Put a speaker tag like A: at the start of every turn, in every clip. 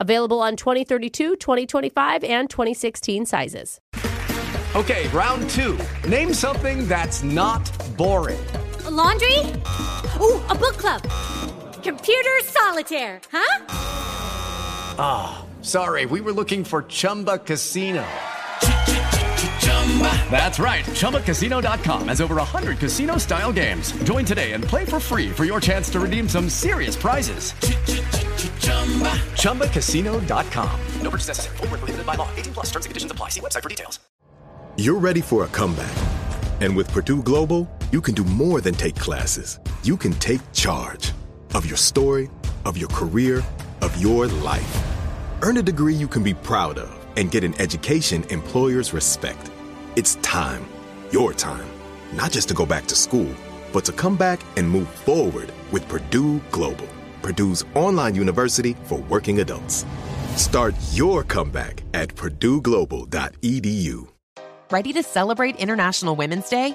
A: Available on 2032, 2025, and 2016 sizes.
B: Okay, round two. Name something that's not boring.
C: A laundry? Ooh, a book club. Computer solitaire, huh?
B: Sorry, we were looking for Chumba Casino. That's right. ChumbaCasino.com has over 100 casino style games. Join today and play for free for your chance to redeem some serious prizes. ChumbaCasino.com. No purchase necessary. Void where prohibited by law. 18 plus terms and conditions apply. See website for details.
D: You're ready for a comeback. And with Purdue Global, you can do more than take classes. You can take charge of your story, of your career, of your life. Earn a degree you can be proud of and get an education employers respect. It's time, your time, not just to go back to school, but to come back and move forward with Purdue Global, Purdue's online university for working adults. Start your comeback at E purdueglobal.edu.
E: Ready to celebrate International Women's Day?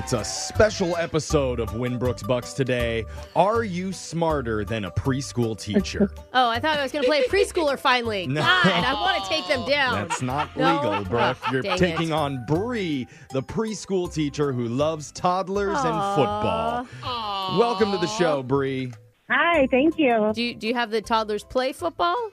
F: It's a special episode of Winbrook's Bucks today. Are you smarter than a preschool teacher?
A: Oh, I thought I was going to play preschooler finally.
F: No.
A: God, I want to take them down.
F: That's not
A: Oh, No.
F: legal, bro.
A: Oh,
F: You're
A: dang
F: taking
A: it.
F: on Bree, the preschool teacher who loves toddlers and football. Welcome to the show, Bree.
G: Hi, thank you.
A: Do you, do you have the toddlers play football?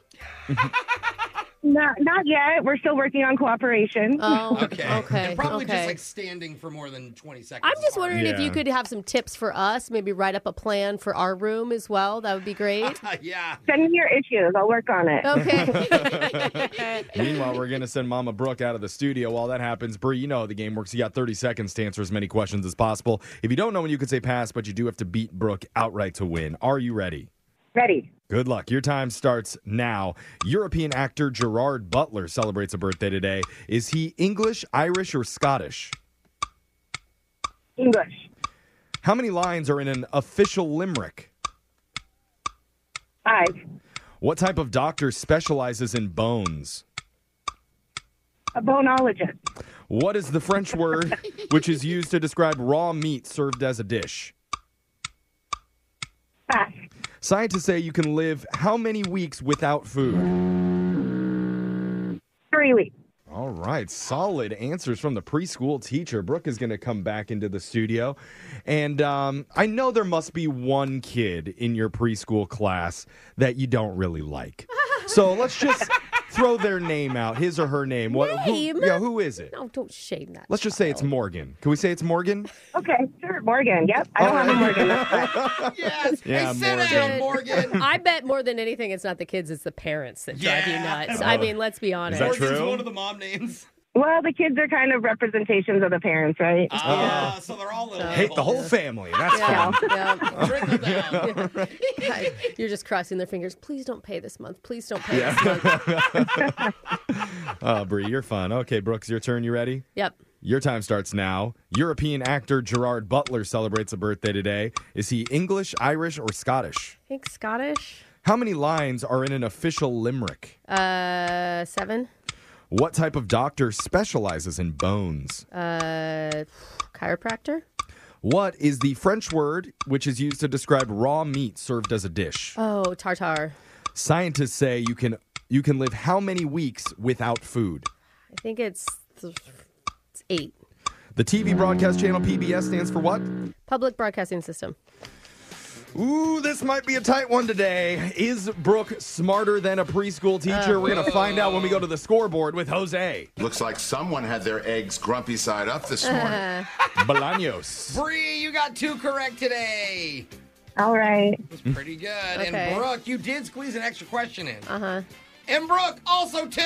G: Not, not yet. We're still working on cooperation.
E: Uh,
A: Oh,
H: Okay.
A: okay. Okay.
H: And probably just like standing for more than 20 seconds.
A: I'm just
H: Sorry.
A: wondering if
F: Yeah.
A: you could have some tips for us, maybe write up a plan for our room as well. That would be great.
H: yeah.
G: Send me your issues. I'll work on it.
A: Okay.
F: Meanwhile, we're going to send Mama Brooke out of the studio while that happens. Bree, you know how the game works. You got 30 seconds to answer as many questions as possible. If you don't know when you can say pass, but you do have to beat Brooke outright to win. Are you ready?
G: Ready.
F: Good luck. Your time starts now. European actor Gerard Butler celebrates a birthday today. Is he English, Irish, or Scottish?
G: English.
F: How many lines are in an official limerick?
G: Five.
F: What type of doctor specializes in bones?
G: A bonologist.
F: What is the French word which is used to describe raw meat served as a dish?
G: Pass.
F: Scientists say you can live how many weeks without food?
G: Three weeks.
F: All right, solid answers from the preschool teacher. Brooke is going to come back into the studio. And um, I know there must be one kid in your preschool class that you don't really like. So let's just throw their name out, his or her name. What, who-
A: Name?
F: yeah, who is it?
A: no, Oh, don't shame that.
F: Let's just say it's Morgan. Can we say it's Morgan?
G: Okay, sure. Morgan. Yep. I don't have a Morgan. That's fine.
H: Yes.
F: Yeah,
H: hey, sit down, Morgan.
A: I bet more than anything, it's not the kids, it's the parents that drive you
H: Yeah.
A: nuts. I mean, let's be honest.
F: that
H: Morgan's
F: true?
H: one of the mom names.
G: Well, the kids are kind of representations of the parents, right?
A: Uh,
H: Ah, so they're all little.
F: Hate Uh, the whole family. That's
A: Yeah,
F: fine.
A: yeah.
H: Trickle down.
A: Guys, You're just crossing their fingers. Please don't pay this month. Please don't pay this month.
F: Oh, Bree, you're fun. Okay, Brooks, your turn. You ready?
A: Yep.
F: Your time starts now. European actor Gerard Butler celebrates a birthday today. Is he English, Irish, or
A: I
F: Scottish?
A: think Scottish.
F: How many lines are in an official limerick?
A: Uh, seven.
F: What type of doctor specializes in bones?
A: Uh, chiropractor.
F: What is the French word which is used to describe raw meat served as a dish?
A: Oh, tartar.
F: Scientists say you can you can live how many weeks without food?
A: I think it's, th- it's eight.
F: The TV broadcast channel PBS stands for what?
A: Public Broadcasting System.
F: Ooh, this might be a tight one today. Is Brooke smarter than a preschool teacher? We're
A: Oh.
F: going to find out when we go to the scoreboard with Jose.
I: Looks like someone had their eggs grumpy side up this morning.
F: Bolaños.
H: Bree, you got two correct today.
G: All right.
H: It was pretty good.
A: Okay.
H: And Brooke, you did squeeze an extra question in.
A: Uh huh.
H: And Brooke, also two.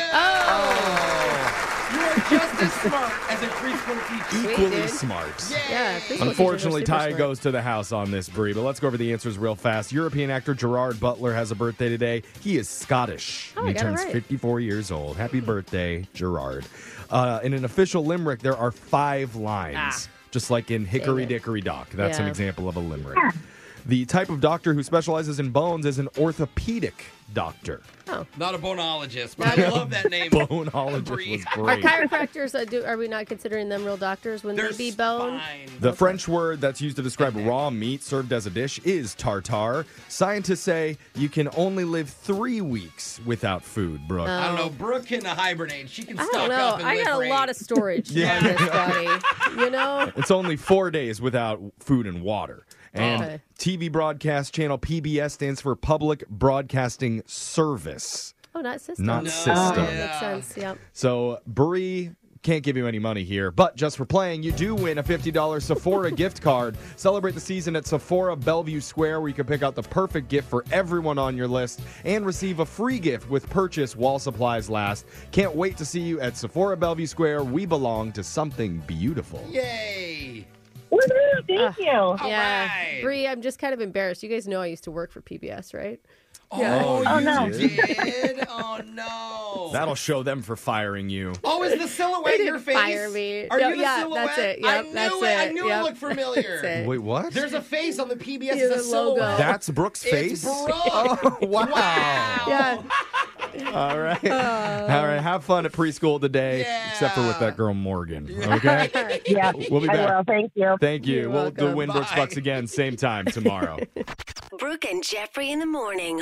A: Oh.
H: You are just as smart as a preschool teacher.
F: Equally
A: dude.
F: smart.
A: Yeah. preschool teachers are
F: Unfortunately,
A: super
F: Ty
A: smart.
F: goes to the house on this, Brie, but let's go over the answers real fast. European actor Gerard Butler has a birthday today. He is Scottish.
A: Oh, I
F: he
A: got it
F: turns
A: right.
F: 54 years old. Happy birthday, Gerard. Uh, in an official limerick, there are five lines, just like in Hickory
A: Ah. it.
F: Dickory Dock. That's an
A: Yeah.
F: example of a limerick. The type of doctor who specializes in bones is an orthopedic doctor.
H: Not a bonologist, but I love that name.
F: Boneologist
H: Brie.
F: was
A: Are
F: great.
A: chiropractors? Uh, do, are we not considering them real doctors when
H: They're
A: they be bone?
H: spine.
F: The French word that's used to describe raw meat served as a dish is tartare. Scientists say you can only live three weeks without food, Brooke.
H: I don't know. Brooke can hibernate. She can
A: I
H: stock
A: don't
H: up
A: know.
H: and
A: I
H: live
A: got
H: for
A: a lot
H: eight.
A: of storage
F: Yeah.
A: on this body. You know.
F: It's only four days without food and water. And
A: Okay.
F: TV broadcast channel PBS stands for Public Broadcasting Service,
A: Oh, not system.
F: not
H: No.
F: system.
H: Yeah.
A: Makes sense. Yep.
F: So, Bree. Can't give you any money here, but just for playing, you do win a $50 Sephora gift card. Celebrate the season at Sephora Bellevue Square, where you can pick out the perfect gift for everyone on your list and receive a free gift with purchase while supplies last. Can't wait to see you at Sephora Bellevue Square. We belong to something beautiful.
H: Yay.
G: Woohoo, thank you.
A: yeah.
H: right.
A: Bree, I'm just kind of embarrassed. You guys know I used to work for PBS, right?
H: Oh,
F: Oh,
H: you
F: no.
H: did? Oh, no.
F: That'll show them for firing you.
H: Oh, is the silhouette
A: They
H: your
A: didn't
H: face?
A: fire me.
H: Are
A: No,
H: you the
A: yeah,
H: silhouette?
A: that's it.
H: I
A: Yep,
H: knew
A: that's
H: it. I
A: it.
H: knew it
A: Yep.
H: looked familiar.
A: That's it.
F: Wait, what?
H: There's a face on the PBS.
A: Yeah,
H: it's a
A: the logo.
H: silhouette.
F: That's Brooke's
H: It's
F: face?
H: Brooke.
F: Oh, wow.
A: Yeah.
F: All right. All right. Have fun at preschool today,
H: Yeah.
F: except for with that girl Morgan. Okay.
G: Yeah,
F: We'll be back.
G: I will. Thank you.
F: Thank you.
A: You're
F: we'll do
A: welcome.
F: win Brooks
H: Bye.
F: Bucks again, same time tomorrow.
J: Brooke and Jeffrey in the morning.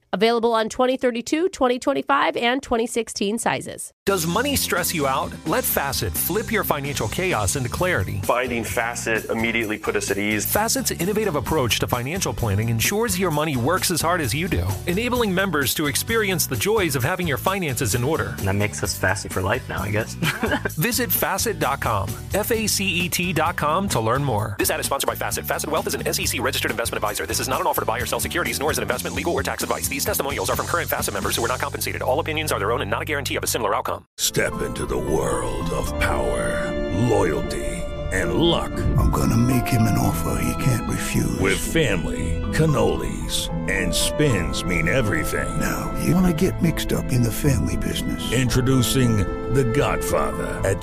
A: Available on 2032, 2025, and 2016 sizes.
K: Does money stress you out? Let Facet flip your financial chaos into clarity.
L: Finding Facet immediately put us at ease.
K: Facet's innovative approach to financial planning ensures your money works as hard as you do, enabling members to experience the joys of having your finances in order.
L: And that makes us Facet E for life now, I guess.
K: Visit facet.com, F A C E T.com to learn more. This ad is sponsored by Facet. Facet Wealth is an SEC registered investment advisor. This is not an offer to buy or sell securities, nor is it investment, legal, or tax advice. These testimonials are from current Facet members who are not compensated. All opinions are their own and not a guarantee of a similar outcome.
L: Step into the world of power, loyalty, and luck. I'm going to make him an offer he can't refuse. With family, cannolis, and spins mean everything. Now, you want to get mixed up in the family business. Introducing The Godfather at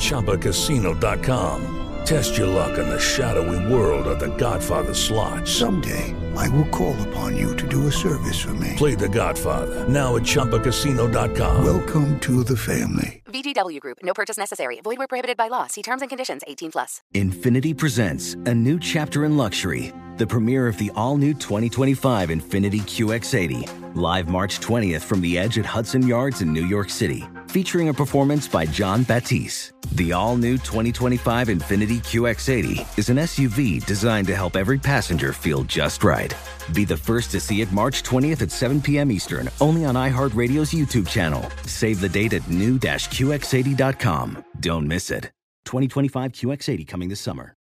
L: ChumbaCasino.com. Test your luck in the shadowy world of The Godfather slot. Someday, I will call upon you to do a service for me. Play The Godfather now at ChumbaCasino.com. Welcome to the family.
E: VGW Group. No purchase necessary. Void where prohibited by law. See terms and conditions. 18 plus.
L: Infinity presents a new chapter in luxury, the premiere of the all new 2025 Infinity QX80, live March 20th from the edge at Hudson Yards in New York City, featuring a performance by John Batisse. The all new 2025 Infinity QX80 is an SUV designed to help every passenger feel just right. Be the first to see it March 20th at 7 p.m. Eastern, only on iHeartRadio's YouTube channel. Save the date at new-QX80.com. Don't miss it. 2025 QX80 coming this summer.